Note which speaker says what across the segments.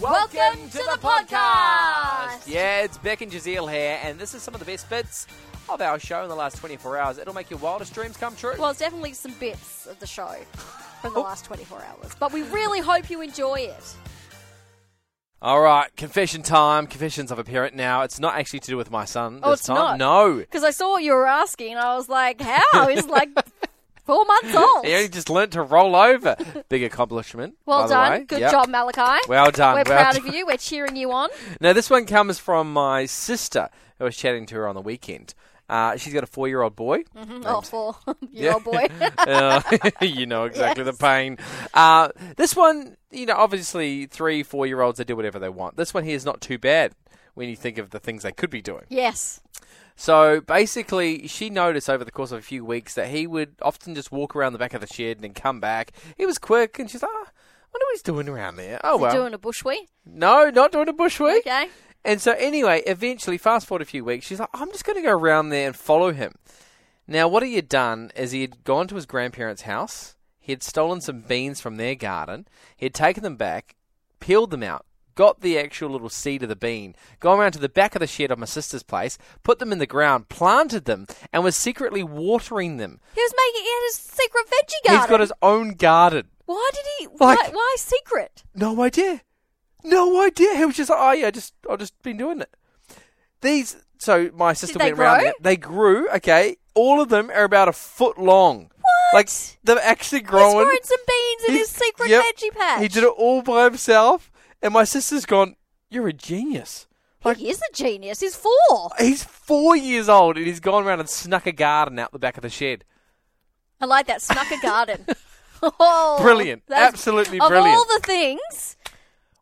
Speaker 1: Welcome to the podcast.
Speaker 2: Yeah, it's Beck and Jazeel here, and this is some of the best bits of our show in the last 24 hours. It'll make your wildest dreams come true.
Speaker 1: Well, it's definitely some bits of the show from the
Speaker 2: Oh.
Speaker 1: last 24 hours, but we really hope you enjoy it.
Speaker 2: All right, confession time. Confessions of a parent now. It's not actually to do with my son
Speaker 1: Oh,
Speaker 2: this
Speaker 1: it's
Speaker 2: time.
Speaker 1: not?
Speaker 2: No.
Speaker 1: Because I saw what you were asking, and I was like, how? He's like four months old.
Speaker 2: He only just learnt to roll over. Big accomplishment.
Speaker 1: well
Speaker 2: by the
Speaker 1: done.
Speaker 2: way.
Speaker 1: Good
Speaker 2: Yep.
Speaker 1: job, Malachi.
Speaker 2: Well done.
Speaker 1: We're
Speaker 2: well
Speaker 1: proud
Speaker 2: done.
Speaker 1: of you. We're cheering you on.
Speaker 2: Now, this one comes from my sister who I was chatting to her on the weekend. Uh, she's got a four year old boy.
Speaker 1: Oh, four year old boy.
Speaker 2: Uh, you know exactly the pain. Uh, this one, you know, obviously three, four year olds, they do whatever they want. This one here is not too bad when you think of the things they could be doing.
Speaker 1: yes.
Speaker 2: So basically, she noticed over the course of a few weeks that he would often just walk around the back of the shed and then come back. He was quick, and she's like, oh, I wonder what he's doing around there. Oh,
Speaker 1: Is he
Speaker 2: well.
Speaker 1: doing a bush wee?
Speaker 2: no, not doing a bush week.
Speaker 1: Okay.
Speaker 2: And so, anyway, eventually, fast forward a few weeks, she's like, I'm just going to go around there and follow him. Now, what he had done is he had gone to his grandparents' house, he had stolen some beans from their garden, he had taken them back, peeled them out, got the actual little seed of the bean, gone around to the back of the shed of my sister's place, put them in the ground, planted them, and was secretly watering them.
Speaker 1: He was making he had his secret veggie garden.
Speaker 2: He's got his own garden.
Speaker 1: why did he?
Speaker 2: Like-
Speaker 1: why, why secret?
Speaker 2: No idea. No idea. He was just like, oh yeah, just I've just been doing it. These so my sister
Speaker 1: they
Speaker 2: went round.
Speaker 1: grow?
Speaker 2: it. They grew, okay. All of them are about a foot long. What? Like they're actually
Speaker 1: He's
Speaker 2: growing.
Speaker 1: growing some beans in his
Speaker 2: He's-
Speaker 1: secret
Speaker 2: yep.
Speaker 1: veggie patch.
Speaker 2: He did it all by himself. And my sister's gone, You're a genius. Like
Speaker 1: He is a genius. He's four.
Speaker 2: he's four years old and he's gone around and snuck a garden out the back of the shed.
Speaker 1: I like that snuck a garden. Oh,
Speaker 2: Brilliant.
Speaker 1: that's-
Speaker 2: Absolutely
Speaker 1: of
Speaker 2: brilliant.
Speaker 1: all the things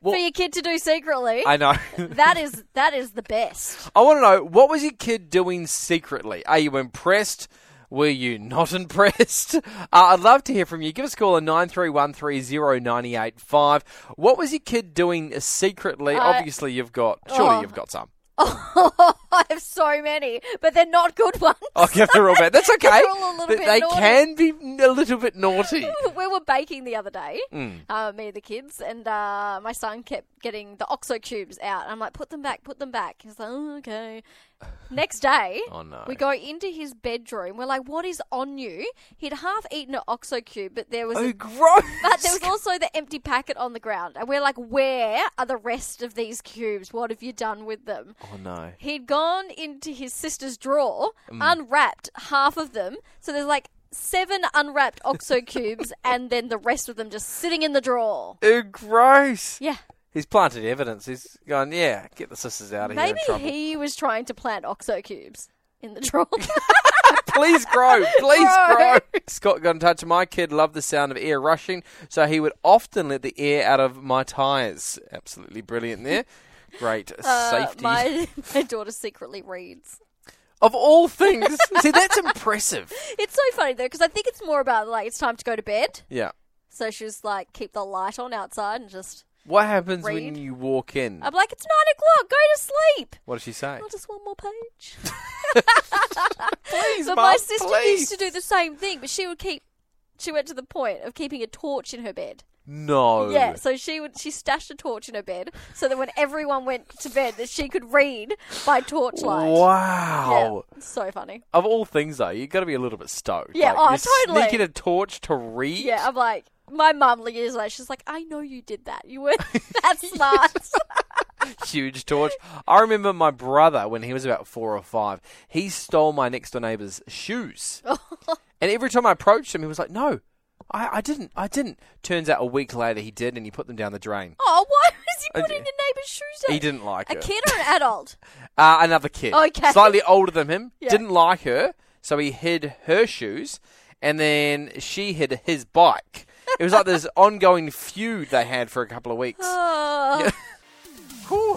Speaker 2: Well-
Speaker 1: for your kid to do secretly,
Speaker 2: I know.
Speaker 1: that is that is the best.
Speaker 2: I want to know what was your kid doing secretly? Are you impressed? Were you not impressed? Uh, I'd love to hear from you. Give us a call on nine three one three zero ninety eight five. What was your kid doing secretly?
Speaker 1: I-
Speaker 2: Obviously, you've got. Surely,
Speaker 1: Uh, Oh.
Speaker 2: you've got some.
Speaker 1: I have so many, but they're not good ones.
Speaker 2: Okay, they're all bad. That's okay.
Speaker 1: They're all a little
Speaker 2: But
Speaker 1: bit
Speaker 2: they
Speaker 1: naughty.
Speaker 2: can be a little bit naughty.
Speaker 1: we were baking the other day,
Speaker 2: Hmm.
Speaker 1: uh, me and the kids, and uh, my son kept getting the OXO cubes out. I'm like, put them back, put them back. He's like, oh, okay. Next day,
Speaker 2: Oh, no.
Speaker 1: we go into his bedroom. We're like, what is on you? He'd half eaten an OXO cube, but there was a
Speaker 2: Oh, gross!
Speaker 1: but there was also the empty packet on the ground. And we're like, where are the rest of these cubes? What have you done with them?
Speaker 2: oh no!
Speaker 1: He'd gone into his sister's drawer,
Speaker 2: Mm.
Speaker 1: unwrapped half of them. So there's like seven unwrapped OXO cubes and then the rest of them just sitting in the drawer.
Speaker 2: Oh, gross!
Speaker 1: Yeah.
Speaker 2: He's planted evidence. He's gone. Yeah, get the sisters out of here.
Speaker 1: Maybe
Speaker 2: in trouble.
Speaker 1: he was trying to plant OXO cubes in the drawer.
Speaker 2: Please grow. Please grow.
Speaker 1: Grow.
Speaker 2: Scott got in touch. My kid loved the sound of air rushing, so he would often let the air out of my tyres. Absolutely brilliant there. Great
Speaker 1: Uh,
Speaker 2: safety.
Speaker 1: my, my daughter secretly reads.
Speaker 2: Of all things. See, that's impressive.
Speaker 1: It's so funny though, because I think it's more about like it's time to go to bed.
Speaker 2: Yeah.
Speaker 1: So she's like, keep the light on outside and just
Speaker 2: What happens when
Speaker 1: Read. Uh,
Speaker 2: you walk in?
Speaker 1: I'm like, it's nine o'clock. Go to sleep.
Speaker 2: What does she say?
Speaker 1: I just want more page.
Speaker 2: Please, Mum,
Speaker 1: But my sister
Speaker 2: please.
Speaker 1: used to do the same thing, but she would keep. She went to the point of keeping a torch in her bed.
Speaker 2: No.
Speaker 1: Yeah, so she would she stashed a torch in her bed so that when everyone went to bed, that she could read by torchlight. Yeah,
Speaker 2: Wow.
Speaker 1: it's so funny.
Speaker 2: Of all things, though, you've got to be a little bit stoked.
Speaker 1: Yeah,
Speaker 2: Like,
Speaker 1: oh,
Speaker 2: you're
Speaker 1: totally.
Speaker 2: Sneaking a torch to read.
Speaker 1: Yeah, I'm like my mum like, years later, she's like, I know you did that. You were that smart.
Speaker 2: huge torch. I remember my brother when he was about four or five. He stole my next door neighbour's shoes, and every time I approached him, he was like, "No, I, I didn't. I didn't." Turns out a week later, he did, and he put them down the drain.
Speaker 1: oh, why was he
Speaker 2: I-
Speaker 1: putting your neighbour's shoes on?
Speaker 2: He didn't like
Speaker 1: A
Speaker 2: it.
Speaker 1: kid or an adult?
Speaker 2: Uh, another kid,
Speaker 1: Okay.
Speaker 2: slightly older than him,
Speaker 1: Yeah.
Speaker 2: didn't like her, so he hid her shoes, and then she hid his bike. It was like this ongoing feud they had for a couple of weeks.
Speaker 1: Oh.
Speaker 2: Whew,